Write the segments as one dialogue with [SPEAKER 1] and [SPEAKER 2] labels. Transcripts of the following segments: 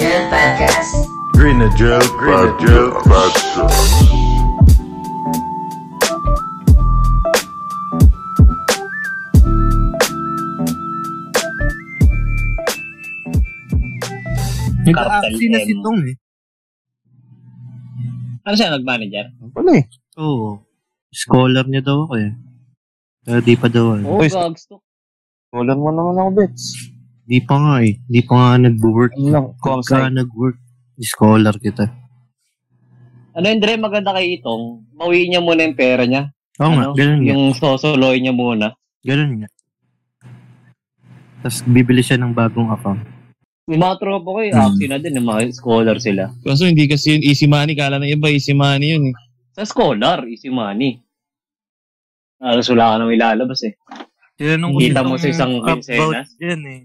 [SPEAKER 1] Podcast.
[SPEAKER 2] Grenadel Grenadel
[SPEAKER 3] Cartel
[SPEAKER 4] Nag-acting na
[SPEAKER 3] M.
[SPEAKER 4] si Tong eh.
[SPEAKER 3] Ano siya, nag-manager?
[SPEAKER 2] Wala eh.
[SPEAKER 4] Oo. Scholar niya daw ako eh. Pero di pa daw eh.
[SPEAKER 5] Oo,
[SPEAKER 2] Uy,
[SPEAKER 5] Oh, gags to.
[SPEAKER 2] Walan mo naman ako, Bets.
[SPEAKER 4] Di pa nga eh. Di pa nga nag-work.
[SPEAKER 2] Ano lang,
[SPEAKER 4] Pagka
[SPEAKER 2] consent.
[SPEAKER 4] nag-work, scholar kita.
[SPEAKER 5] Ano yun, Dre, maganda kay Itong. Bawiin niya muna yung pera niya.
[SPEAKER 4] Oo nga,
[SPEAKER 5] Ano?
[SPEAKER 4] ganun nga.
[SPEAKER 5] Yung sosoloy niya muna.
[SPEAKER 4] Ganun nga. Tapos bibili siya ng bagong account.
[SPEAKER 5] Yung mga tropo ko, yung
[SPEAKER 4] Hmm.
[SPEAKER 5] action na din, yung mga scholar sila.
[SPEAKER 6] Kaso hindi kasi yun easy money. Kala na iba easy money yun eh.
[SPEAKER 5] Sa scholar, easy money. Alas wala ka nang ilalabas eh.
[SPEAKER 4] Tinanong
[SPEAKER 5] Kita mo sa isang Vincenas?
[SPEAKER 4] yan eh.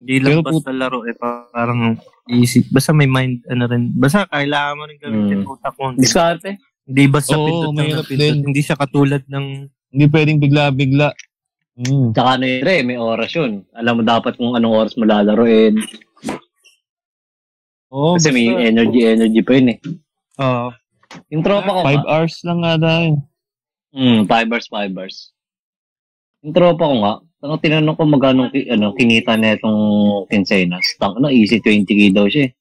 [SPEAKER 4] Hindi lang
[SPEAKER 6] Pero
[SPEAKER 4] basta laro eh. pa- Parang easy. Basta may mind, ano rin. Basta kailangan mo rin gamitin
[SPEAKER 5] Mm.
[SPEAKER 4] utak mo.
[SPEAKER 5] Diskarte.
[SPEAKER 4] Hindi basta
[SPEAKER 6] Oo,
[SPEAKER 4] pindot lang
[SPEAKER 6] mahirap
[SPEAKER 4] ng pindot.
[SPEAKER 6] din.
[SPEAKER 4] Hindi siya katulad ng
[SPEAKER 6] Hindi pwedeng bigla-bigla.
[SPEAKER 2] Hmm.
[SPEAKER 6] Mm.
[SPEAKER 5] Tsaka ano yun, Dre, may oras yun. Alam mo dapat kung anong oras mo lalaroin.
[SPEAKER 4] Oh,
[SPEAKER 6] Oo,
[SPEAKER 5] Kasi may
[SPEAKER 6] basta
[SPEAKER 5] energy-energy pa yun eh.
[SPEAKER 4] Oo.
[SPEAKER 5] Yung tropa ko,
[SPEAKER 6] Five
[SPEAKER 5] nga,
[SPEAKER 6] hours lang nga dahil.
[SPEAKER 5] Mm, five bars, five bars. Yung tropa ko nga, ang tinanong ko magkano ki- ano, kinita na itong quincenas. Tang, ano, easy 20k daw siya eh.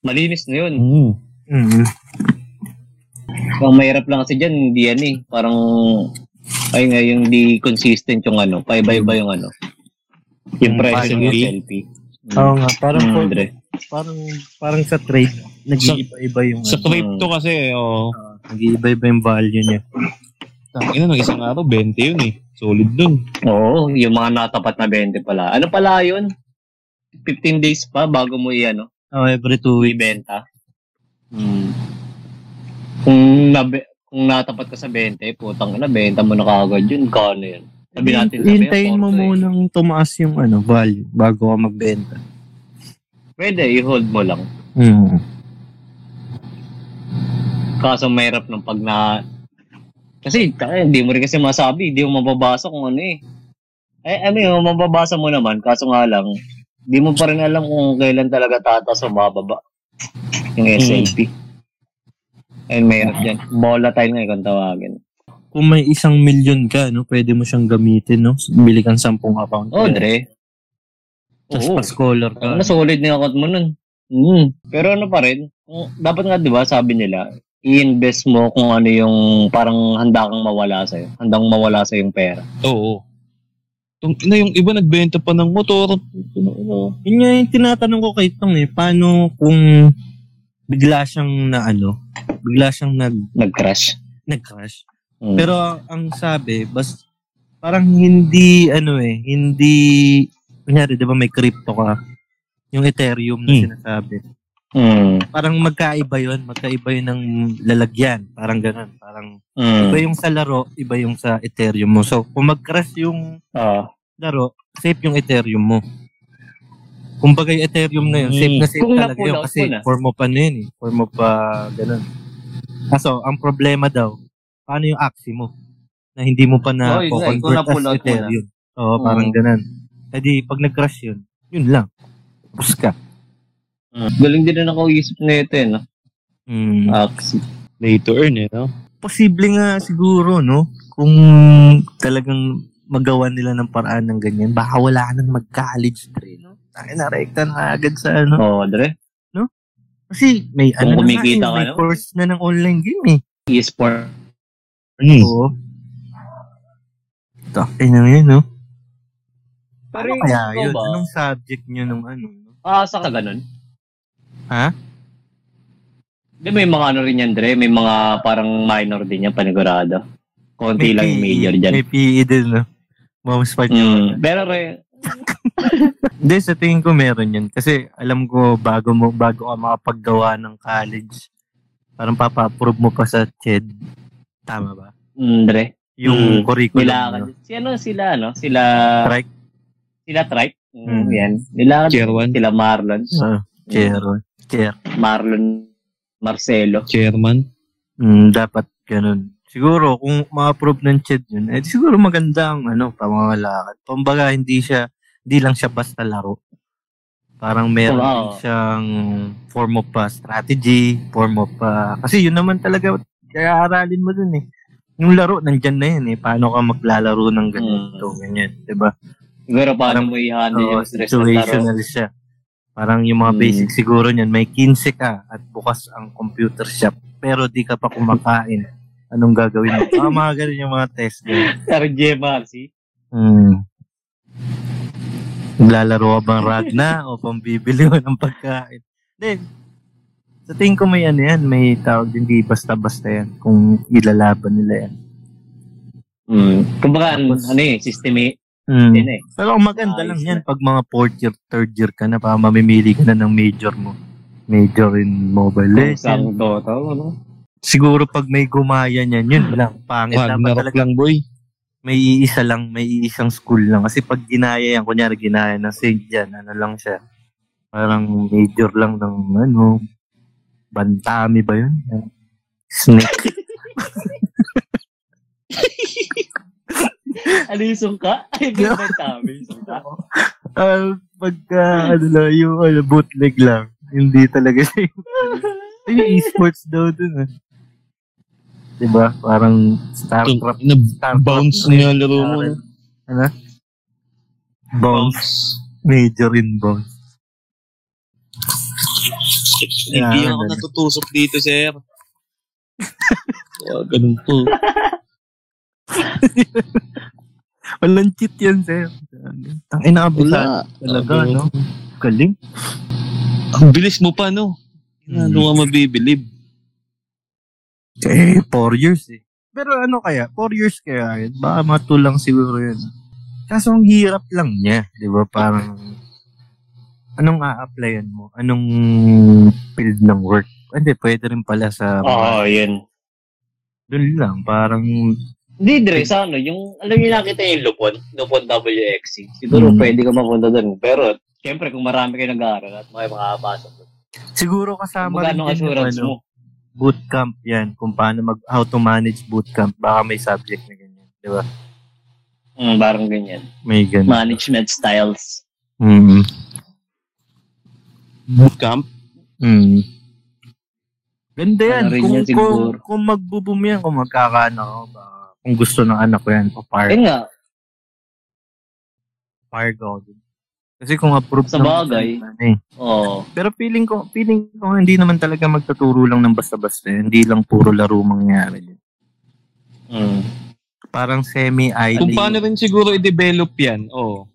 [SPEAKER 5] Malinis na yun.
[SPEAKER 2] Hmm.
[SPEAKER 6] Mm.
[SPEAKER 4] Mhm.
[SPEAKER 5] Ang mahirap lang kasi dyan, hindi yan eh. Parang, ay nga, yung di consistent yung ano, paiba-iba yung ano. Yung
[SPEAKER 6] Mm,
[SPEAKER 5] presyo ng
[SPEAKER 6] possibly.
[SPEAKER 5] LP. Mm.
[SPEAKER 4] Oo nga, parang
[SPEAKER 5] Mm,
[SPEAKER 4] for,
[SPEAKER 5] Dre.
[SPEAKER 4] parang parang sa trade nag-iiba-iba yung
[SPEAKER 6] Sa
[SPEAKER 4] ano,
[SPEAKER 6] crypto kasi, oo.
[SPEAKER 4] ah, nag-iiba-iba yung value niya.
[SPEAKER 6] Tangin na, nung isang araw, 20 yun eh. Solid dun.
[SPEAKER 5] Oo, yung mga natapat na 20 pala. Ano pala yun? 15 days pa bago mo i-ano,
[SPEAKER 4] Oh, every two weeks.
[SPEAKER 5] ibenta. Mm. Kung nabe kung natapat ka sa 20, putang ina, benta mo na kagad yun. Kano yun? Sabi natin sabi
[SPEAKER 4] Hintayin mo
[SPEAKER 5] porto eh.
[SPEAKER 4] munang tumaas yung ano, value bago ka magbenta.
[SPEAKER 5] Pwede, i-hold mo lang.
[SPEAKER 4] Mm.
[SPEAKER 5] Kaso mahirap nung pag na... Kasi taka, hindi mo rin kasi masabi, hindi mo mababasa kung ano eh. Eh, I mean, mababasa mo naman, kaso nga lang, hindi mo pa rin alam kung kailan talaga tatas o mababa yung SLP.
[SPEAKER 4] Hmm.
[SPEAKER 5] And mahirap yan. Volatile nga kung tawagin.
[SPEAKER 4] Kung may isang million ka, no, pwede mo siyang gamitin, no? Bili kang sampung account.
[SPEAKER 5] Oh, Dre.
[SPEAKER 4] Tapos
[SPEAKER 5] Oo.
[SPEAKER 4] pa-scholar ka.
[SPEAKER 5] Ang solid na yung account mo nun. Mm.
[SPEAKER 4] Hmm.
[SPEAKER 5] Pero ano pa rin, kung- dapat nga 'di ba, sabi nila, i-invest mo kung ano yung parang handa kang mawala sa Handang mawala sa yung pera.
[SPEAKER 6] Oo. Tung, na yung iba nagbenta pa ng motor. Ano, ano.
[SPEAKER 4] Yun nga yung tinatanong ko kay Tong eh, paano kung bigla siyang na ano, bigla siyang nag,
[SPEAKER 5] Nag-crash.
[SPEAKER 4] nag-crash?
[SPEAKER 5] Mm.
[SPEAKER 4] Pero ang sabi, bas parang hindi ano eh, hindi kunyari 'di ba may crypto ka, yung Ethereum na
[SPEAKER 6] Hmm.
[SPEAKER 4] sinasabi.
[SPEAKER 5] mm.
[SPEAKER 4] Parang magkaiba 'yon, magkaiba 'yun ng lalagyan, parang ganun, parang
[SPEAKER 5] Mm.
[SPEAKER 4] iba yung sa laro, iba yung sa Ethereum mo. So, kung mag-crash yung
[SPEAKER 5] Ah.
[SPEAKER 4] laro, safe yung Ethereum mo. Kumbaga yung Ethereum na yun, safe na safe
[SPEAKER 5] Hmm. Kung
[SPEAKER 4] talaga yun
[SPEAKER 5] napulaw,
[SPEAKER 4] kasi
[SPEAKER 5] pula.
[SPEAKER 4] form mo pa na yun eh. Form mo pa ganun. Kaso, ang problema daw, paano yung Axie mo? Na hindi mo pa na
[SPEAKER 5] Oh, yun nga, kung
[SPEAKER 4] convert
[SPEAKER 5] napulaw,
[SPEAKER 4] as Ethereum. Oo,
[SPEAKER 5] Mm.
[SPEAKER 4] parang ganun. E di, pag nag-crash yun, yun lang. Tapos ka. Hmm.
[SPEAKER 5] Mm. Galing din na nakaisip na ito eh, no? Hmm.
[SPEAKER 4] Mm.
[SPEAKER 5] Ah, Axie.
[SPEAKER 6] Play to earn eh, no?
[SPEAKER 4] posible nga siguro, no? Kung talagang magawa nila ng paraan ng ganyan, baka wala ka nang mag-college dre, no? Tayo na rekta na agad sa ano.
[SPEAKER 5] Oo, Dre.
[SPEAKER 4] Kasi may ano
[SPEAKER 5] Kung
[SPEAKER 4] na nga, eh,
[SPEAKER 5] kumikita ka,
[SPEAKER 4] may
[SPEAKER 5] no?
[SPEAKER 4] course na ng online game eh.
[SPEAKER 5] E-sport.
[SPEAKER 6] Mm.
[SPEAKER 2] Hmm.
[SPEAKER 4] Oo. Takay na yun, no?
[SPEAKER 5] Pero
[SPEAKER 4] Ano
[SPEAKER 5] yung
[SPEAKER 4] kaya
[SPEAKER 5] ikaw
[SPEAKER 4] yun?
[SPEAKER 5] ba?
[SPEAKER 4] Anong subject nyo nung ano? no?
[SPEAKER 5] Ah, sa ka ganun?
[SPEAKER 4] Ha?
[SPEAKER 5] Di may mga ano rin yan, Dre. May mga parang minor din yan, panigurado. Konti lang yung major dyan.
[SPEAKER 4] E, May PE din, no? Mouse part
[SPEAKER 5] Mm. Pero re,
[SPEAKER 4] Hindi, sa tingin ko meron yun. Kasi alam ko, bago mo bago ka makapaggawa ng college, parang papa-approve mo pa sa CHED. Tama ba?
[SPEAKER 5] mm, Dre,
[SPEAKER 4] Yung
[SPEAKER 5] Mm,
[SPEAKER 4] curriculum.
[SPEAKER 5] nilakad.
[SPEAKER 4] no?
[SPEAKER 5] Si ano sila, no? Sila,
[SPEAKER 4] Strike.
[SPEAKER 5] sila Tripe. Mm,
[SPEAKER 4] Mm.
[SPEAKER 5] Yan. Nilakad
[SPEAKER 6] Chair one.
[SPEAKER 5] sila Marlons.
[SPEAKER 4] Ah, chair. Chair.
[SPEAKER 5] Marlon Marcelo.
[SPEAKER 6] Chairman.
[SPEAKER 4] Mm, dapat ganun. Siguro, kung ma-approve ng CHED yun, eh, di siguro maganda ang ano, pamamalakad. Kumbaga, hindi siya, hindi lang siya basta laro. Parang meron
[SPEAKER 5] Oo.
[SPEAKER 4] din siyang form of ah, strategy, form of... ah, kasi yun naman talaga, kaya aralin mo dun eh. Yung laro, nandyan na yan eh. Paano ka maglalaro ng ganito, ganyan. Diba?
[SPEAKER 5] Pero paano
[SPEAKER 4] Parang-
[SPEAKER 5] ano mo i-handle
[SPEAKER 4] Oo,
[SPEAKER 5] yung stress ng laro?
[SPEAKER 4] situational siya. Parang yung mga
[SPEAKER 5] Hmm.
[SPEAKER 4] basic siguro niyan, may 15 ka at bukas ang computer shop, pero di ka pa kumakain. Anong gagawin mo? Ah, mga ganun yung mga test niya.
[SPEAKER 5] RJMRC?
[SPEAKER 4] Hmm. Lalaro ka bang Ragna o pambibili mo ng pagkain? Then, sa tingin ko may ano yan, may tawag din, di basta-basta yan kung ilalaban nila yan.
[SPEAKER 5] Mm. Kumbaga,
[SPEAKER 4] Tapos-
[SPEAKER 5] ano eh, system eh.
[SPEAKER 4] Hmm.
[SPEAKER 5] Yun eh.
[SPEAKER 4] Pero ang maganda
[SPEAKER 5] Ayos
[SPEAKER 4] lang yan pag mga fourth year, third year ka na, pa mamimili ka na ng major mo. Major in Mobile Legends.
[SPEAKER 5] Isang Dota, ano?
[SPEAKER 4] Siguro pag may gumaya niyan, yun lang. Pangit dapat
[SPEAKER 6] Ragnarok
[SPEAKER 4] talaga.
[SPEAKER 6] lang, boy.
[SPEAKER 4] May iisa lang, may iisang school lang. Kasi pag ginaya yan, kunyari ginaya ng St. John, ano lang siya. Parang major lang ng ano, Bantami ba yun? Snake.
[SPEAKER 5] Ano yung sungka? Ay,
[SPEAKER 4] Yeah.
[SPEAKER 5] ganda sabi yung sungka.
[SPEAKER 4] Ah, pagka, ano lang, yung ano, bootleg lang. Hindi talaga siya Ay, yung esports daw dun ah. Diba? Parang StarCraft.
[SPEAKER 6] Na
[SPEAKER 4] StarCraft
[SPEAKER 6] bounce
[SPEAKER 4] na
[SPEAKER 6] niya laro mo. no?
[SPEAKER 4] Ano? Bounce. Major in bounce.
[SPEAKER 6] Hindi
[SPEAKER 4] Yeah,
[SPEAKER 6] ako
[SPEAKER 4] ganun.
[SPEAKER 6] natutusok dito, sir. Wag ganun to.
[SPEAKER 4] Walang cheat yan, sir. Ang inaabisa
[SPEAKER 6] Wala.
[SPEAKER 4] talaga, no? Galing.
[SPEAKER 6] Ang bilis mo pa, no?
[SPEAKER 4] Hmm.
[SPEAKER 6] Ano ka mabibilib?
[SPEAKER 4] Eh, four years eh. Pero ano kaya? Four years kaya yun? Baka mga two lang siguro yun. Kaso ang hirap lang niya. Di ba? Parang, anong a-applyan mo? Anong field ng work? Hindi, pwede rin pala sa
[SPEAKER 5] Oo,
[SPEAKER 4] mga,
[SPEAKER 5] yun.
[SPEAKER 4] dun lang. Parang,
[SPEAKER 5] Hindi, Dre, sa ano, yung, alam niyo nakita yung Lupon, Lupon WXC. Siguro
[SPEAKER 4] Mm.
[SPEAKER 5] pwede ka mapunta doon. Pero, siyempre, kung marami kayo nag-aaral at may makakapasok doon.
[SPEAKER 4] siguro kasama
[SPEAKER 5] Kumbaga,
[SPEAKER 4] din
[SPEAKER 5] anong
[SPEAKER 4] yung
[SPEAKER 5] assurance
[SPEAKER 4] ano,
[SPEAKER 5] mo?
[SPEAKER 4] bootcamp yan. Kung paano mag, how to manage bootcamp. Baka may subject na ganyan. Di ba?
[SPEAKER 5] Mm, parang ganyan.
[SPEAKER 4] May ganyan.
[SPEAKER 5] Management styles.
[SPEAKER 4] Mm.
[SPEAKER 6] Bootcamp?
[SPEAKER 4] Mm. Ganda yan.
[SPEAKER 5] Ano rin
[SPEAKER 4] kung,
[SPEAKER 5] yan
[SPEAKER 4] kung,
[SPEAKER 5] siguro.
[SPEAKER 4] kung magbo-boom yan, kung magkakaano ako, baka kung gusto ng anak ko yan, papire,
[SPEAKER 5] Yun nga,
[SPEAKER 4] papire ko ako dun. Kasi kung approve
[SPEAKER 5] Sa
[SPEAKER 4] ng-
[SPEAKER 5] bagay.
[SPEAKER 4] ano eh.
[SPEAKER 5] oo.
[SPEAKER 4] Pero feeling ko, feeling ko hindi naman talaga magtuturo lang ng basta-basta. yun. Hindi lang puro laro mangyari. yun.
[SPEAKER 5] Mm.
[SPEAKER 4] Parang semi-idly.
[SPEAKER 6] Kung paano rin siguro i-develop yan. Oo.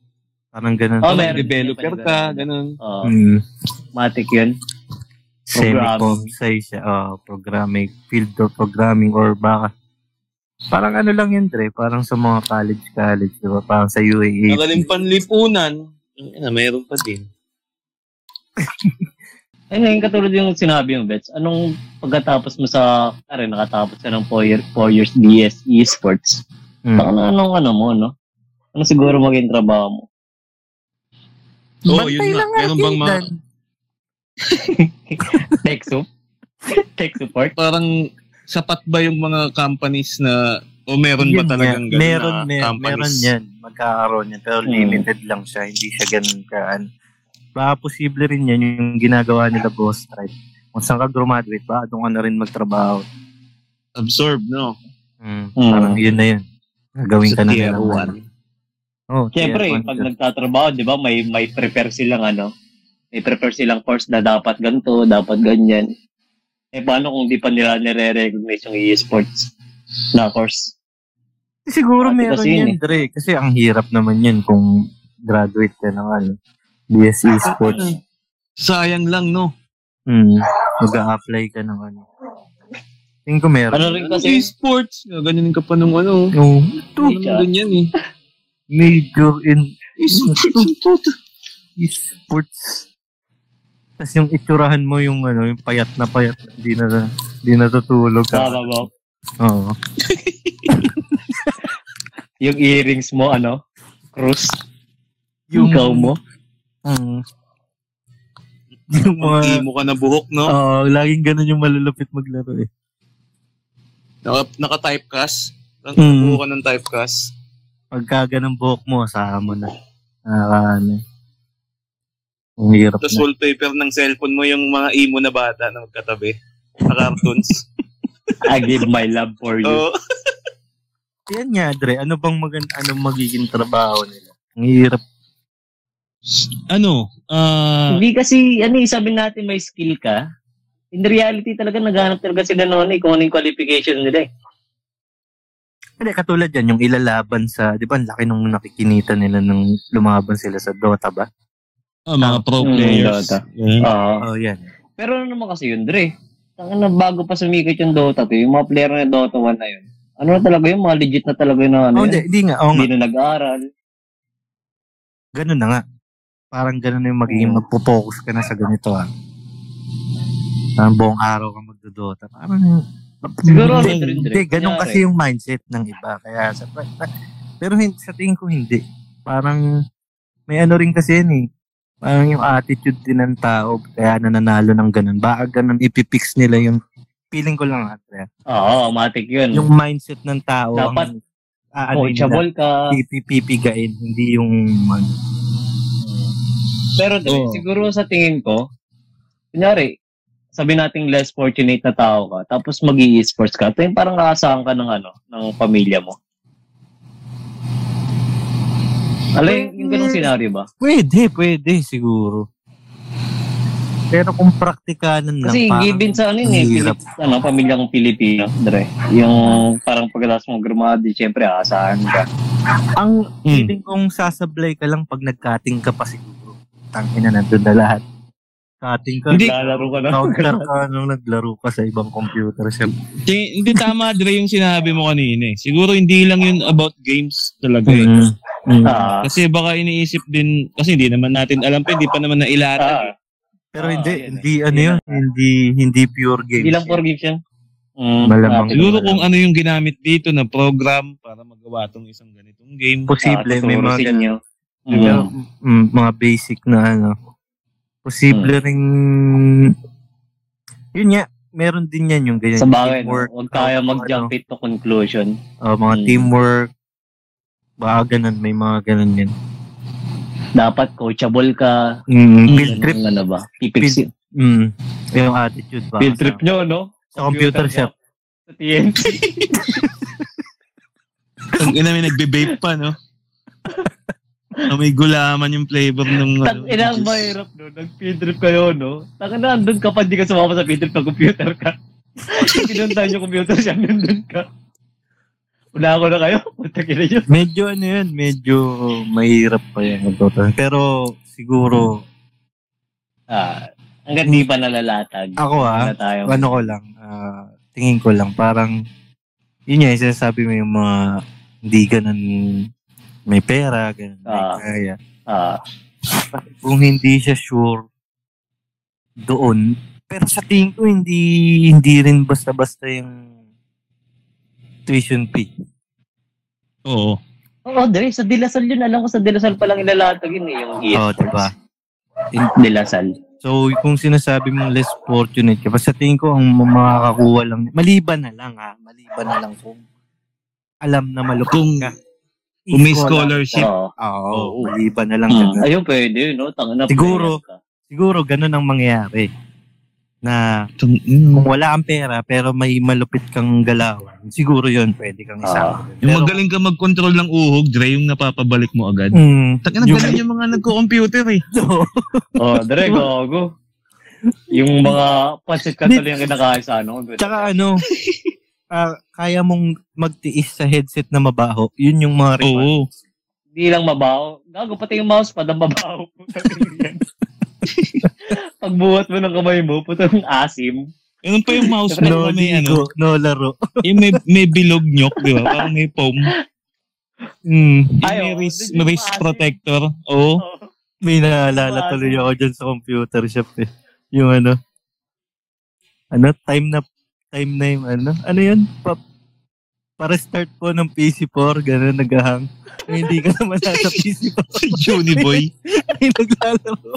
[SPEAKER 4] Parang ganun.
[SPEAKER 5] Oh,
[SPEAKER 6] Oh,
[SPEAKER 5] meron.
[SPEAKER 6] developer ka, ganun.
[SPEAKER 5] Oo.
[SPEAKER 4] Mm.
[SPEAKER 5] Matic yun.
[SPEAKER 4] semi siya. ah programming, field of programming or baka parang ano lang yun, Dre. Parang sa mga college-college, di ba? Parang sa UAA.
[SPEAKER 6] Nagaling panlipunan, yun, meron pa din.
[SPEAKER 5] Ayun, yung katulad yung sinabi yung Bets, anong pagkatapos mo sa, kare, nakatapos ka ng 4 year, four years E BS Esports,
[SPEAKER 4] Mm.
[SPEAKER 5] ano, anong ano mo, no? Ano siguro maging trabaho mo?
[SPEAKER 6] Oo, Oh, yun nga. Meron bang mga,
[SPEAKER 4] Arkidan.
[SPEAKER 5] Tech soup? Tech support?
[SPEAKER 6] parang sapat ba yung mga companies na, o meron
[SPEAKER 4] Yun
[SPEAKER 6] ba talagang
[SPEAKER 4] nga.
[SPEAKER 6] ganun
[SPEAKER 4] meron,
[SPEAKER 6] na
[SPEAKER 4] mer- meron
[SPEAKER 6] companies?
[SPEAKER 4] yan. Magkakaroon yan. Pero
[SPEAKER 5] Hmm.
[SPEAKER 4] limited lang siya. Hindi siya ganun ka. ano. Baka posible rin yan yung ginagawa nila boss right? Kung saan ka graduate, baka doon ka na rin magtrabaho.
[SPEAKER 6] Absorb, no?
[SPEAKER 4] Mm.
[SPEAKER 5] Hmm.
[SPEAKER 4] Parang yun na yun. Gagawin
[SPEAKER 6] Sa
[SPEAKER 4] ka na
[SPEAKER 6] tier
[SPEAKER 4] nila.
[SPEAKER 6] one.
[SPEAKER 4] Oh,
[SPEAKER 5] Siyempre, pag nagtatrabaho, di ba, may, may prepare silang ano, may prepare silang course na dapat ganito, dapat ganyan. Eh, paano kung di pa nila nire-recognize yung esports na course?
[SPEAKER 4] Siguro
[SPEAKER 5] Dati
[SPEAKER 4] meron
[SPEAKER 5] kasi yun
[SPEAKER 6] eh.
[SPEAKER 4] yan, Dre. Kasi ang hirap naman yun kung graduate ka ng ano,
[SPEAKER 6] Ah,
[SPEAKER 4] BSE Sports.
[SPEAKER 6] Sayang lang, no?
[SPEAKER 4] Mm. Mag-a-apply ka ng ano. Tingin ko meron.
[SPEAKER 5] Ano rin
[SPEAKER 6] Kasi
[SPEAKER 5] kasi,
[SPEAKER 6] sports, ganyan ka pa nung ano.
[SPEAKER 4] No.
[SPEAKER 6] Ito, ganyan eh.
[SPEAKER 4] Major in
[SPEAKER 6] Esports.
[SPEAKER 4] esports. Tapos yung itsurahan mo yung ano, yung payat na payat, hindi na hindi natutulog ka.
[SPEAKER 5] tama ba?
[SPEAKER 4] Oo.
[SPEAKER 5] Yung earrings mo, ano, cross,
[SPEAKER 4] Yung-
[SPEAKER 5] yung ikaw mo.
[SPEAKER 4] Mm. Yung mga
[SPEAKER 6] Hindi mo ka na buhok, no?
[SPEAKER 4] Oo, laging ganun yung malulupit maglaro eh.
[SPEAKER 6] Naka, naka-typecast. Nang
[SPEAKER 4] Mm.
[SPEAKER 6] buhok ka ng typecast.
[SPEAKER 4] Pagka ganun buhok mo, saka mo na. Nakakaano. eh. Ang hirap
[SPEAKER 6] Tapos
[SPEAKER 4] na.
[SPEAKER 6] wallpaper ng cellphone mo yung mga emo na bata na magkatabi. Sa cartoons.
[SPEAKER 5] I give my love for you.
[SPEAKER 4] Oh.
[SPEAKER 6] Oo.
[SPEAKER 4] Yan nga, Dre. Ano bang magan anong magiging trabaho nila? Ang hirap.
[SPEAKER 6] ano? Ah,
[SPEAKER 5] Hindi kasi, ano eh, sabi natin may skill ka. In reality talaga, naghanap talaga sila ng ano eh, kung ano yung qualification nila eh.
[SPEAKER 4] Hindi, katulad yan, yung ilalaban sa, di ba, ang laki nung nakikinita nila nung lumaban sila sa Dota ba?
[SPEAKER 6] ah, mga pro
[SPEAKER 5] Mm,
[SPEAKER 6] players.
[SPEAKER 5] data.
[SPEAKER 6] Ganun.
[SPEAKER 5] Oo.
[SPEAKER 4] Oo, yan.
[SPEAKER 5] Pero ano naman kasi yun, Dre? Ang na bago pa sumikat yung Dota 2, yung mga player na Dota 1 na yun. Ano na talaga yun? Mga legit na talaga yun na ano
[SPEAKER 4] Oo,
[SPEAKER 5] yun?
[SPEAKER 4] Oh, hindi, hindi nga. Oo nga,
[SPEAKER 5] Hindi na nag-aaral.
[SPEAKER 4] ganun na nga. Parang ganun na yung magiging
[SPEAKER 5] Mm.
[SPEAKER 4] magpo-focus ka na sa ganito ah. Parang buong araw ka magdodota. Parang,
[SPEAKER 5] Siguro,
[SPEAKER 4] hindi,
[SPEAKER 5] ano rin, Dre,
[SPEAKER 4] hindi, ganun
[SPEAKER 5] nangyari.
[SPEAKER 4] kasi yung mindset ng iba. Kaya, sa, pero hin- sa tingin ko hindi. Parang, may ano rin kasi yan eh. Parang yung attitude din ng tao, kaya nananalo ng ganun. Baka ganun ipipix nila yung, feeling ko lang, Andrea.
[SPEAKER 5] Oo, automatic yun.
[SPEAKER 4] Yung mindset ng tao,
[SPEAKER 5] Mm. Dapat oh,
[SPEAKER 4] ang, ah, ano nila,
[SPEAKER 5] coachable ka.
[SPEAKER 4] pipipigain, hindi yung, ano,
[SPEAKER 5] Pero Dre,
[SPEAKER 6] Oo.
[SPEAKER 5] siguro sa tingin ko, kunyari, sabi nating less fortunate na tao ka, tapos mag e-sports ka, ito yung parang aasahan ka ng ano, ng pamilya mo. Alam yung, yung
[SPEAKER 4] Mm.
[SPEAKER 5] ganong scenario ba?
[SPEAKER 4] Pwede, pwede siguro. Pero kung praktikanan lang
[SPEAKER 5] Kasi given sa ano yun, eh,
[SPEAKER 4] hirap.
[SPEAKER 5] Pilip- ano, pamilyang Pilipino, Dre. Yung parang pagkatapos mong grumadi, syempre aasahan ka.
[SPEAKER 4] ang
[SPEAKER 6] Mm.
[SPEAKER 4] feeling kong sasablay ka lang pag nag-cutting ka pa siguro. Tangina nandun na lahat. Cutting ka,
[SPEAKER 6] Hindi.
[SPEAKER 5] Lalaro ka na.
[SPEAKER 4] counter ka nung naglaro ka sa ibang computer siya.
[SPEAKER 6] Ti- Hindi tama, Dre, yung sinabi mo kanina eh. Siguro hindi lang yun about games talaga eh.
[SPEAKER 4] Hmm.
[SPEAKER 5] Ah,
[SPEAKER 6] Kasi baka iniisip din, kasi hindi naman natin alam pa, hindi pa naman
[SPEAKER 5] ah,
[SPEAKER 6] nailaran.
[SPEAKER 4] Pero
[SPEAKER 5] Ah,
[SPEAKER 4] hindi,
[SPEAKER 5] yan eh.
[SPEAKER 4] hindi ano yun, hindi, hindi pure game.
[SPEAKER 5] hindi lang for games yan. Mm,
[SPEAKER 4] Malamang.
[SPEAKER 5] natin.
[SPEAKER 6] Siguro kung ano yung ginamit dito na program para magawa tong isang ganitong game.
[SPEAKER 4] Posible, may mga,
[SPEAKER 5] Tuturusin niyo.
[SPEAKER 4] pero,
[SPEAKER 5] Mm.
[SPEAKER 4] mm, mga basic na ano. Posible
[SPEAKER 5] Mm.
[SPEAKER 4] ring, yun nga, meron din yan yung ganyan.
[SPEAKER 5] Sa bagay, no?
[SPEAKER 4] teamwork,
[SPEAKER 5] huwag tayo
[SPEAKER 4] ano,
[SPEAKER 5] mag-jump it to conclusion.
[SPEAKER 4] Oh, mga
[SPEAKER 5] Mm.
[SPEAKER 4] teamwork. Baka ganun, may mga ganun yun.
[SPEAKER 5] Dapat coachable ka.
[SPEAKER 4] Field trip.
[SPEAKER 5] Ano, ano ba? Pipix
[SPEAKER 4] Mm. Yung attitude ba?
[SPEAKER 5] field trip nyo, no?
[SPEAKER 4] Sa computer shop.
[SPEAKER 5] Sa TNT.
[SPEAKER 6] Ang ina may nagbe-vape pa,
[SPEAKER 4] Ano?
[SPEAKER 6] no? Na may gulaman yung flavor ng... ano,
[SPEAKER 5] Tang ina, ang mahirap, no? Nag-field trip kayo, no? Tang ina, andun ka pa, di ka sumama sa field trip ng computer ka. Sinundan yung computer siya, nandun ka. Una ako na kayo, punta kina nyo.
[SPEAKER 4] Medyo ano yun, medyo mahirap pa yan. Dota. Pero siguro,
[SPEAKER 5] Ah, hanggang di pa nalalatag.
[SPEAKER 4] ako ah,
[SPEAKER 5] Na tayo.
[SPEAKER 4] ano ko lang, ah, tingin ko lang, parang, yun nga, yung sinasabi mo yung mga hindi ganun may pera, ganun, may
[SPEAKER 5] Ah.
[SPEAKER 4] kaya.
[SPEAKER 5] Ah,
[SPEAKER 4] Kung hindi siya sure doon, pero sa tingin ko, hindi, hindi rin basta-basta yung tuition fee.
[SPEAKER 6] Oo.
[SPEAKER 5] Oo, Dre, sa Dilasal yun. Alam ko sa Dilasal palang ilalatag yun eh, yung
[SPEAKER 4] Oo, oh, diba?
[SPEAKER 5] Dilasal.
[SPEAKER 4] So, kung sinasabi mong less fortunate ka, basta tingin ko ang makakakuha lang, maliban na lang ha, maliban na lang kung alam na malupong ka.
[SPEAKER 6] Kung may scholarship.
[SPEAKER 5] Oo.
[SPEAKER 4] Oo, maliban na lang.
[SPEAKER 5] Mm.
[SPEAKER 4] ganun.
[SPEAKER 5] Ayun, pwede, no? Tanga na.
[SPEAKER 4] Siguro.
[SPEAKER 5] pwede ka.
[SPEAKER 4] Siguro ganun ang mangyayari. Na
[SPEAKER 6] Tang- mm.
[SPEAKER 4] kung wala kang pera, pero may malupit kang galawan, siguro yun, pwede kang isama.
[SPEAKER 6] Yung
[SPEAKER 4] Pero-
[SPEAKER 6] magaling ka mag-control ng uhog, Dre, yung napapabalik mo agad.
[SPEAKER 4] Mm,
[SPEAKER 6] Tangina,
[SPEAKER 4] Yung-
[SPEAKER 6] galing yung mga nagko-computer eh.
[SPEAKER 4] so,
[SPEAKER 5] Oh, Dre, gago. Yung mga pancit ka tuloy yung kinakain sa ano.
[SPEAKER 4] tsaka ano, ah, kaya mong magtiis sa headset na mabaho, yun yung mga reward.
[SPEAKER 6] Oo.
[SPEAKER 5] Hindi lang mabaho. Gago, pati yung mouse pad ang mabaho. Putang ina yan. Pagbuhat mo ng kamay mo, putang asim.
[SPEAKER 6] Ganun pa yung mouse pad
[SPEAKER 4] No,
[SPEAKER 6] na may ano.
[SPEAKER 4] ligo, no laro.
[SPEAKER 6] Yung may, may bilog nyok, di ba? Parang may foam.
[SPEAKER 4] Mm.
[SPEAKER 6] Yung
[SPEAKER 5] Ay,
[SPEAKER 6] may
[SPEAKER 5] oo.
[SPEAKER 6] wrist,
[SPEAKER 5] Dun yung
[SPEAKER 6] wrist
[SPEAKER 5] maasim.
[SPEAKER 6] protector. Oo.
[SPEAKER 5] Oh.
[SPEAKER 4] May naalala tuloy ako dyan sa computer shop eh. Yung ano, ano, time na, time na yung ano, ano yun? Pa, para start po ng PC4, gano'n, nagahang. Ay, hindi ka naman nasa PC4,
[SPEAKER 6] Si Johnny Boy.
[SPEAKER 4] ay, naglalaro.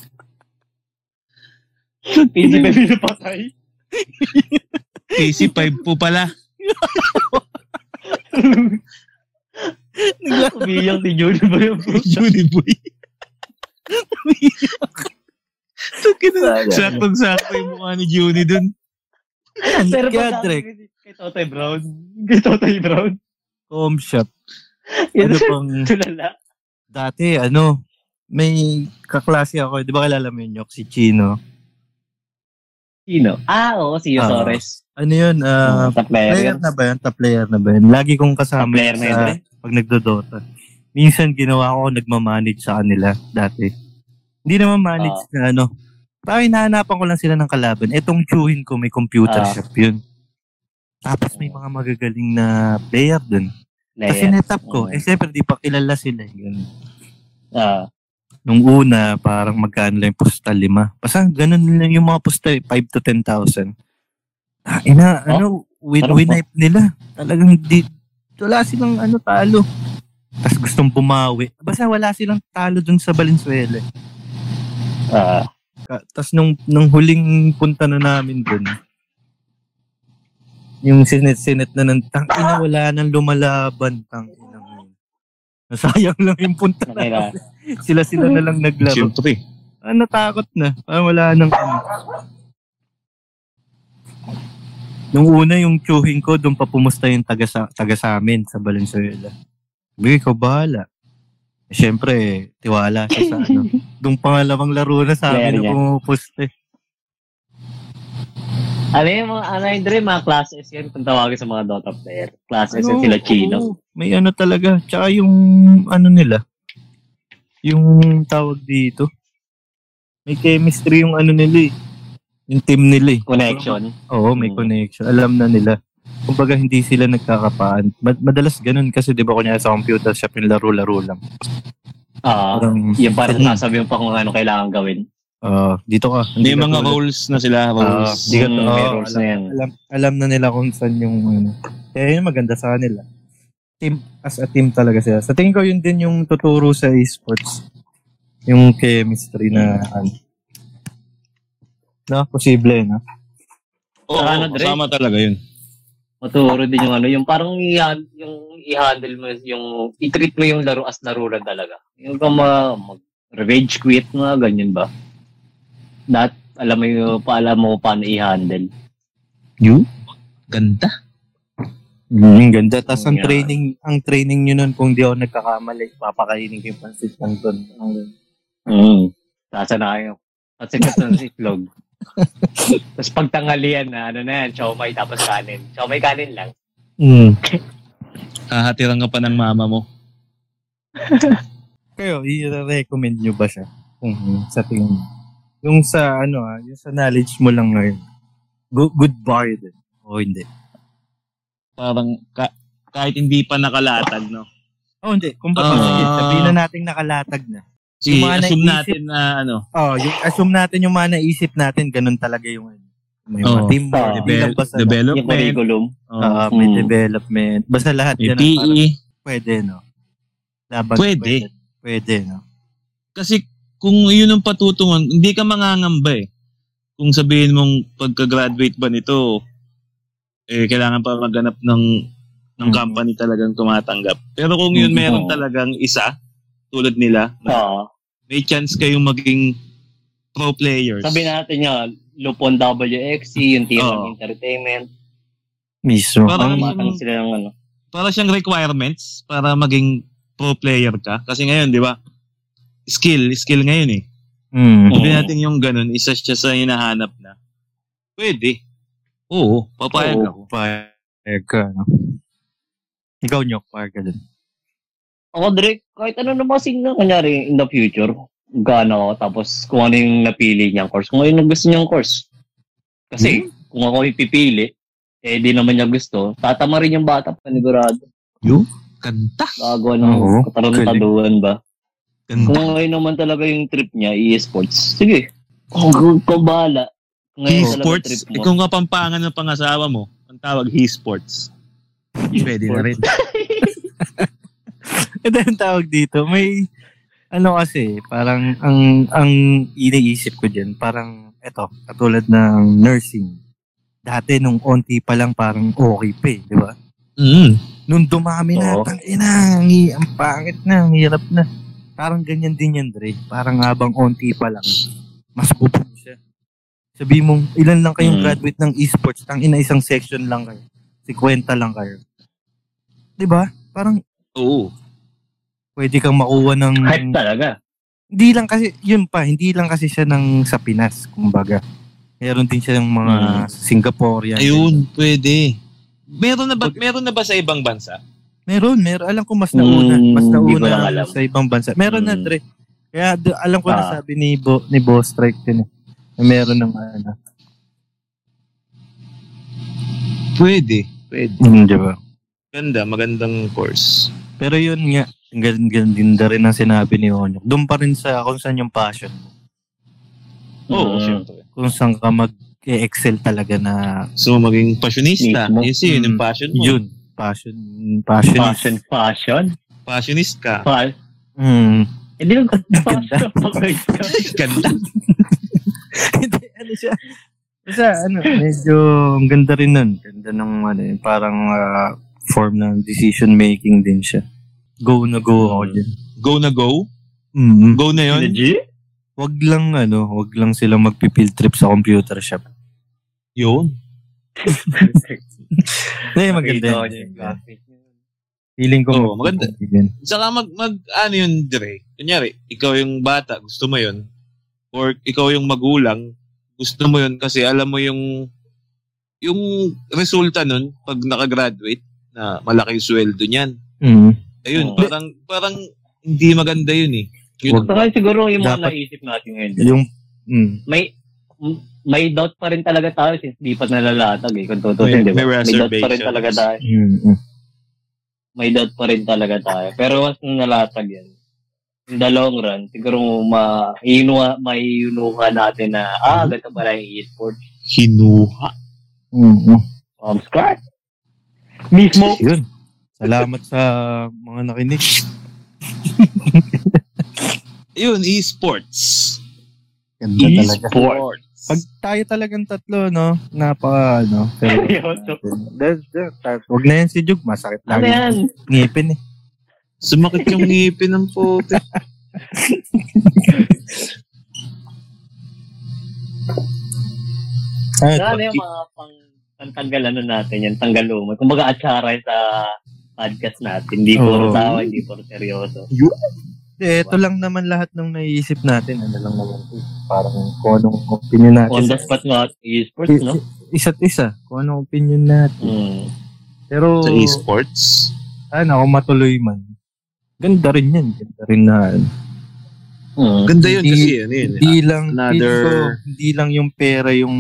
[SPEAKER 5] Hindi ba pinapatay?
[SPEAKER 6] PC5 po pala.
[SPEAKER 5] Umiiyak ni Jody ba yung
[SPEAKER 6] Johnny Boy. Saktong-sakto yung mukha ni Juni dun.
[SPEAKER 4] Ayan,
[SPEAKER 5] Pero
[SPEAKER 4] kaya
[SPEAKER 5] pag-
[SPEAKER 4] Drek,
[SPEAKER 5] Kay Totoy Brown. Kay Totoy Brown.
[SPEAKER 4] home shop.
[SPEAKER 5] Yan
[SPEAKER 4] Ano
[SPEAKER 5] siya,
[SPEAKER 4] pang,
[SPEAKER 5] tulala.
[SPEAKER 4] dati, ano, may kaklase ako, di ba kilala mo yun, Yok, si Chino?
[SPEAKER 5] Sino? Ah, oo, si
[SPEAKER 4] Ah.
[SPEAKER 5] Yosores. Hmm,
[SPEAKER 4] Ano yun, ah,
[SPEAKER 5] Sa
[SPEAKER 4] player
[SPEAKER 5] player.
[SPEAKER 4] na ba yun? Ta-player na ba yun? Lagi kong kasama
[SPEAKER 5] Ta-player
[SPEAKER 4] yun
[SPEAKER 5] na
[SPEAKER 4] sa,
[SPEAKER 5] yun,
[SPEAKER 4] pag nagdodota. Minsan ginawa ko, nagmamanage sa kanila dati. Hindi naman manage
[SPEAKER 5] Ah.
[SPEAKER 4] na ano. Parang hinahanapan ko lang sila ng kalaban. Etong chuhin ko, may computer
[SPEAKER 5] Ah.
[SPEAKER 4] shop yun. Tapos may mga magagaling na player dun. Kasi
[SPEAKER 5] Player. Mm.
[SPEAKER 4] netap ko, eh syempre di pa kilala sila yun.
[SPEAKER 5] Ah.
[SPEAKER 4] Nung una, parang magkano lang yung pusta lima. Basta ganun lang yung mga pusta, 5 to 10,000. Ah, ina,
[SPEAKER 5] Oh,
[SPEAKER 4] ano, win,
[SPEAKER 5] ano
[SPEAKER 4] win
[SPEAKER 5] ba?
[SPEAKER 4] hype nila. Talagang di, wala silang ano, talo. Tapos gustong bumawi. Basta wala silang talo dun sa Valenzuela.
[SPEAKER 5] Ah.
[SPEAKER 4] Tapos nung, nung huling punta na namin dun, yung sinet-sinet na ng tang, ina, wala nang lumalaban. Tang, ina. Nasayang lang yung punta na.
[SPEAKER 5] Nakira.
[SPEAKER 4] Sila-sila na lang naglaro.
[SPEAKER 6] Siyempre.
[SPEAKER 4] Ah, natakot na. Parang wala nang ano. Nung una, yung chuhin ko, doon pa pumusta yung taga sa, taga sa amin sa Valenzuela. Sabi ko, "Ikaw bahala. Eh, Siyempre, tiwala siya sa ano. Doon pangalawang laro na sa
[SPEAKER 5] Player
[SPEAKER 4] amin na
[SPEAKER 5] niya.
[SPEAKER 4] pumupusta. eh.
[SPEAKER 5] Ano yung mga, ano yung dream, mga class S yan, kung tawagin sa mga Dota player. Class S yan
[SPEAKER 4] Ano,
[SPEAKER 5] sila Chino.
[SPEAKER 4] oo, may ano talaga. Tsaka yung ano nila. Yung tawag dito. May chemistry yung ano nila eh. Yung team nila eh.
[SPEAKER 5] Connection.
[SPEAKER 4] Oo, may
[SPEAKER 5] Mm.
[SPEAKER 4] connection. Alam na nila. Kumbaga hindi sila nagkakapaan. Mad- madalas ganun kasi 'di ba kunya sa computer shop yung laro-laro lang.
[SPEAKER 5] Ah.
[SPEAKER 4] Parang
[SPEAKER 5] Yung parang nasabi mo pa kung ano kailangan gawin.
[SPEAKER 4] ah, dito ka.
[SPEAKER 6] Hindi yung mga
[SPEAKER 4] ka-
[SPEAKER 6] roles na sila,
[SPEAKER 4] Ah,
[SPEAKER 6] roles.
[SPEAKER 4] di ka
[SPEAKER 5] Mm, may
[SPEAKER 4] oo,
[SPEAKER 5] rules na yan.
[SPEAKER 4] alam, alam na nila kung saan yung ano. Kaya yun maganda sa kanila. Team as a team talaga sila. Sa tingin ko yun din yung tuturo sa esports. Yung chemistry na
[SPEAKER 5] Mm.
[SPEAKER 4] ano. No, posible no.
[SPEAKER 6] Oo,
[SPEAKER 5] Saka ano, Dre?
[SPEAKER 6] kasama talaga yun.
[SPEAKER 5] Maturo din yung ano, yung parang i- yung i-handle mo, yung i-treat mo yung laro as laro lang talaga. Yung kung ma- mag- revenge quit, mga ganyan ba? That, alam mo yung, paalam mo kung paano i-handle.
[SPEAKER 4] You?
[SPEAKER 6] Ganda.
[SPEAKER 4] Mm, ganda. Tapos ang
[SPEAKER 5] Yeah.
[SPEAKER 4] training, ang training nyo nun, kung di ako nagkakamali, papakainin ko yung pansit ng doon.
[SPEAKER 5] Mm. Sasanayan ko. At sikat ng itlog. Tapos pagtanghalian na, ano na yan, siomay tapos kanin. Siomay kanin lang.
[SPEAKER 4] Mm.
[SPEAKER 6] Hahatiran ka pa ng mama mo.
[SPEAKER 4] Kayo, i-recommend nyo ba siya?
[SPEAKER 6] Mm-hmm.
[SPEAKER 4] Kung sa tingin nyo. Yung sa, ano ah, yung sa knowledge mo lang ngayon. Good, good bar din. O hindi.
[SPEAKER 6] Parang ka- kahit hindi pa nakalatag, no?
[SPEAKER 4] O hindi. Kung pa
[SPEAKER 6] Ah.
[SPEAKER 4] sige, sabihin na natin nakalatag na.
[SPEAKER 6] Si,
[SPEAKER 4] Yung mga
[SPEAKER 6] Eh, assume
[SPEAKER 4] naisip-
[SPEAKER 6] natin na ano,
[SPEAKER 4] Oh, yung, assume natin yung mga naisip natin, ganun talaga yung ano. May mga
[SPEAKER 6] Oo.
[SPEAKER 4] teamwork,
[SPEAKER 5] Ah.
[SPEAKER 4] hindi lang
[SPEAKER 6] Oh. devel-
[SPEAKER 4] basta na-
[SPEAKER 5] Yung
[SPEAKER 6] development,
[SPEAKER 5] curriculum.
[SPEAKER 6] oh, E.
[SPEAKER 4] Ah, may
[SPEAKER 5] Mm.
[SPEAKER 4] development. Basta lahat
[SPEAKER 6] may
[SPEAKER 4] yan. ang parang
[SPEAKER 6] PE.
[SPEAKER 4] Pwede, no? Laban,
[SPEAKER 6] Pwede.
[SPEAKER 4] Pwede, no?
[SPEAKER 6] Kasi kung yun ang patutungan, hindi ka mangangamba eh. Kung sabihin mong pagka-graduate ba nito, eh, kailangan pa maghanap ng
[SPEAKER 4] Mm.
[SPEAKER 6] ng company talagang tumatanggap. Pero kung yun
[SPEAKER 4] Hmm.
[SPEAKER 5] Mm,
[SPEAKER 6] meron
[SPEAKER 5] oo.
[SPEAKER 6] talagang isa, tulad nila, na
[SPEAKER 5] Oo.
[SPEAKER 6] may chance kayong maging pro players.
[SPEAKER 5] Sabi natin yan, Lupon WXC, E, yung Tier
[SPEAKER 6] Oo.
[SPEAKER 5] 1 Entertainment.
[SPEAKER 4] Mismo.
[SPEAKER 6] Parang-
[SPEAKER 4] Ang-
[SPEAKER 5] Matang sila ng ano.
[SPEAKER 6] Para siyang requirements para maging pro player ka. Kasi ngayon, di ba? Skill, skill ngayon eh.
[SPEAKER 4] Mm.
[SPEAKER 5] Oo.
[SPEAKER 6] Sabi natin yung ganun, isa siya sa hinahanap na. Pwede. Oo, papayag
[SPEAKER 5] Oo.
[SPEAKER 6] ako.
[SPEAKER 4] Payag Eh, ka, no? Ikaw, Nyok, payag ka dun.
[SPEAKER 5] Ako, Drake, kahit ano naman kasi na, kanyari, in the future, gano ako, tapos kung ano yung napili niyang course. Kung ano yung gusto niyang course. Kasi,
[SPEAKER 6] Hmm?
[SPEAKER 5] kung ako yung pipili, eh, di naman niya gusto, tatama rin yung bata, panigurado.
[SPEAKER 6] Kanta.
[SPEAKER 5] Gagawa ng
[SPEAKER 4] Oo,
[SPEAKER 5] katarantaduan ano, ba?
[SPEAKER 6] Kanta.
[SPEAKER 5] Kung ngayon naman talaga yung trip niya, esports, sige. Kung, kung, kung bahala. Kung ngayon talaga
[SPEAKER 6] Esports,
[SPEAKER 5] trip mo.
[SPEAKER 6] eh, kung kapampangan ng pangasawa mo, ang tawag esports. Pwede na rin.
[SPEAKER 4] Ito yung tawag dito. May, ano kasi, parang, ang, ang iniisip ko dyan, parang, eto, katulad ng nursing. Dati, nung onti pa lang, parang okay pa eh, di ba?
[SPEAKER 6] Mm.
[SPEAKER 4] Nung dumami na,
[SPEAKER 5] Oo.
[SPEAKER 4] tangina, ang, hi- ang pangit na, ang hirap na. Parang ganyan din yan, Dre. Parang habang onti pa lang, mas bubog Sabi mong, ilan lang kayong
[SPEAKER 5] Mm.
[SPEAKER 4] graduate ng esports, tang ina isang section lang kayo. 50 lang kayo. 'Di ba? Parang
[SPEAKER 6] Oo.
[SPEAKER 4] pwede kang makuha ng...
[SPEAKER 5] Hype talaga.
[SPEAKER 4] Hindi lang kasi, yun pa, hindi lang kasi siya ng sa Pinas, kumbaga. Meron din siya ng mga
[SPEAKER 5] Mm.
[SPEAKER 4] Singaporean.
[SPEAKER 6] Ayun, pwede. Meron na ba meron na ba sa ibang bansa?
[SPEAKER 4] Meron, meron. Alam ko mas nauna.
[SPEAKER 5] Mm,
[SPEAKER 4] mas
[SPEAKER 5] hindi ko
[SPEAKER 4] nauna
[SPEAKER 5] lang alam.
[SPEAKER 4] sa ibang bansa. Meron na,
[SPEAKER 5] Mm.
[SPEAKER 4] Dre. Kaya d- alam ko
[SPEAKER 5] Ah.
[SPEAKER 4] na sabi ni, Bo, ni Boss Strike din. eh, na Meron ng ano.
[SPEAKER 6] Pwede. Pwede.
[SPEAKER 5] Hmm,
[SPEAKER 4] di ba?
[SPEAKER 6] Ganda, magandang course.
[SPEAKER 4] Pero yun nga, ang gan- gan- din na rin ang sinabi ni Onyok. Doon pa rin sa kung saan yung passion.
[SPEAKER 6] Oo,
[SPEAKER 5] Mm.
[SPEAKER 6] syempre.
[SPEAKER 4] Kung saan ka mag-excel talaga na
[SPEAKER 6] So, maging passionista.
[SPEAKER 5] Mismo.
[SPEAKER 6] Yes, yun, yung
[SPEAKER 4] Mm.
[SPEAKER 6] passion mo.
[SPEAKER 4] yun. Passion. Passion.
[SPEAKER 5] Passion, passion.
[SPEAKER 6] Passionist ka.
[SPEAKER 5] Pa-
[SPEAKER 4] Mm.
[SPEAKER 5] Hindi lang
[SPEAKER 4] Ganda.
[SPEAKER 5] passion. passion.
[SPEAKER 6] Ganda.
[SPEAKER 4] Hindi, ano siya. Basta, ano, medyo ang ganda rin nun. Ganda ng, ano, yung parang ah, form ng decision making din siya. Go na go
[SPEAKER 5] Mm.
[SPEAKER 4] ako dyan.
[SPEAKER 6] Go na go?
[SPEAKER 4] Mm-hmm.
[SPEAKER 6] Go na yun?
[SPEAKER 5] Legit?
[SPEAKER 4] Wag lang, ano, wag lang sila magpipill trip sa computer shop.
[SPEAKER 6] Yun.
[SPEAKER 4] Hindi, maganda.
[SPEAKER 5] Nakita ko Oh, niya
[SPEAKER 4] yun.
[SPEAKER 5] yung graphic.
[SPEAKER 4] Feeling ko.
[SPEAKER 6] Oo, maganda.
[SPEAKER 4] Yun.
[SPEAKER 6] Saka mag, mag ano yun, Dre? Kunyari, ikaw yung bata, gusto mo yun. Or ikaw yung magulang, gusto mo yun kasi alam mo yung yung resulta nun pag nakagraduate na malaki yung sweldo niyan.
[SPEAKER 4] Mm.
[SPEAKER 6] Ayun,
[SPEAKER 5] Oo.
[SPEAKER 6] parang parang hindi maganda yun eh. Yun,
[SPEAKER 5] Saka siguro yung mga
[SPEAKER 4] Dapat-
[SPEAKER 5] naisip natin ngayon.
[SPEAKER 4] Yung, mm.
[SPEAKER 5] May m- may doubt pa rin talaga tayo since di pa nalalatag eh. Kung tutusin,
[SPEAKER 6] May-
[SPEAKER 5] di ba?
[SPEAKER 6] may
[SPEAKER 5] May doubt pa rin
[SPEAKER 6] reservations.
[SPEAKER 5] talaga tayo.
[SPEAKER 4] Mm.
[SPEAKER 5] May doubt pa rin talaga tayo. Pero once na nalatag yan, in the long run, siguro ma inuha, may inuha natin na,
[SPEAKER 6] Mm-hmm.
[SPEAKER 5] ah, ganito pala yung esports
[SPEAKER 6] Hinuha.
[SPEAKER 4] Mm.
[SPEAKER 5] from scratch. Mismo.
[SPEAKER 4] Yun. Salamat sa mga nakinig.
[SPEAKER 6] Ayun, esports.
[SPEAKER 4] Ganda talaga.
[SPEAKER 6] Esports.
[SPEAKER 4] Pag tayo talagang tatlo, no? Napaka, ano?
[SPEAKER 5] Seryoso.
[SPEAKER 4] That's, that's, Huwag na yan si Jug. Masakit lang.
[SPEAKER 5] Ano yan?
[SPEAKER 4] Ngipin eh.
[SPEAKER 6] Sumakit yung ngipin ng puti.
[SPEAKER 5] Ano yung mga pang pang tanggal ano natin yan, tanggal lumot. Kumbaga atsara sa podcast natin. Hindi
[SPEAKER 4] Oo.
[SPEAKER 5] puro tawa, hindi puro seryoso.
[SPEAKER 4] Hindi, Eh, ito lang naman lahat ng naiisip natin. Ano lang naman ito. Parang kung anong opinion natin.
[SPEAKER 5] On the spot nga, esports, no?
[SPEAKER 4] Isa't isa. Kung anong opinion natin.
[SPEAKER 5] Mm.
[SPEAKER 4] Pero,
[SPEAKER 6] Sa esports.
[SPEAKER 4] sana kung matuloy man. Ganda rin yan. Ganda rin na.
[SPEAKER 5] Mm.
[SPEAKER 6] Ganda yun
[SPEAKER 4] Hindi-
[SPEAKER 6] kasi yun. yun.
[SPEAKER 4] Hindi lang,
[SPEAKER 6] another-
[SPEAKER 4] feeling ko, hindi lang yung pera yung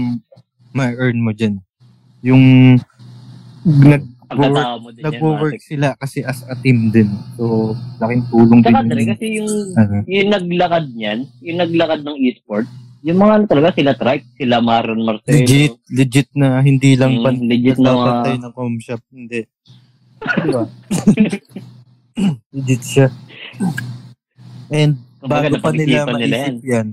[SPEAKER 4] ma-earn mo dyan. Yung nag
[SPEAKER 5] Pagkatao mo din yan.
[SPEAKER 4] nag-work
[SPEAKER 5] Matik.
[SPEAKER 4] sila kasi as a team din. So, laking tulong din.
[SPEAKER 5] Tsaka
[SPEAKER 4] yun.
[SPEAKER 5] Dre, kasi yung,
[SPEAKER 4] Ano?
[SPEAKER 5] yung naglakad niyan, yung naglakad ng esports, yung mga ano talaga, sila Trike, sila Maron Marcelo.
[SPEAKER 4] Legit, legit na hindi lang
[SPEAKER 5] Mm,
[SPEAKER 4] pan
[SPEAKER 5] legit na mga-
[SPEAKER 4] pantay ng com shop. Hindi. Diba? legit siya. And
[SPEAKER 5] Kumbaga,
[SPEAKER 4] bago pa nila
[SPEAKER 5] napag-isipan nila
[SPEAKER 4] maisip yan,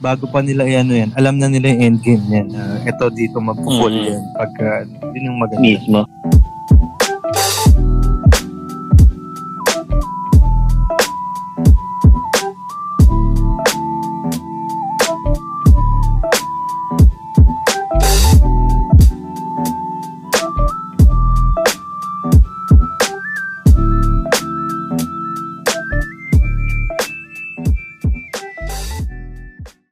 [SPEAKER 4] bago pa nila yan, ano yan, alam na nila yung endgame yan. Ah, ito dito mapupul
[SPEAKER 5] Mm.
[SPEAKER 4] yan. Pagka, yun yung maganda.
[SPEAKER 5] Mismo.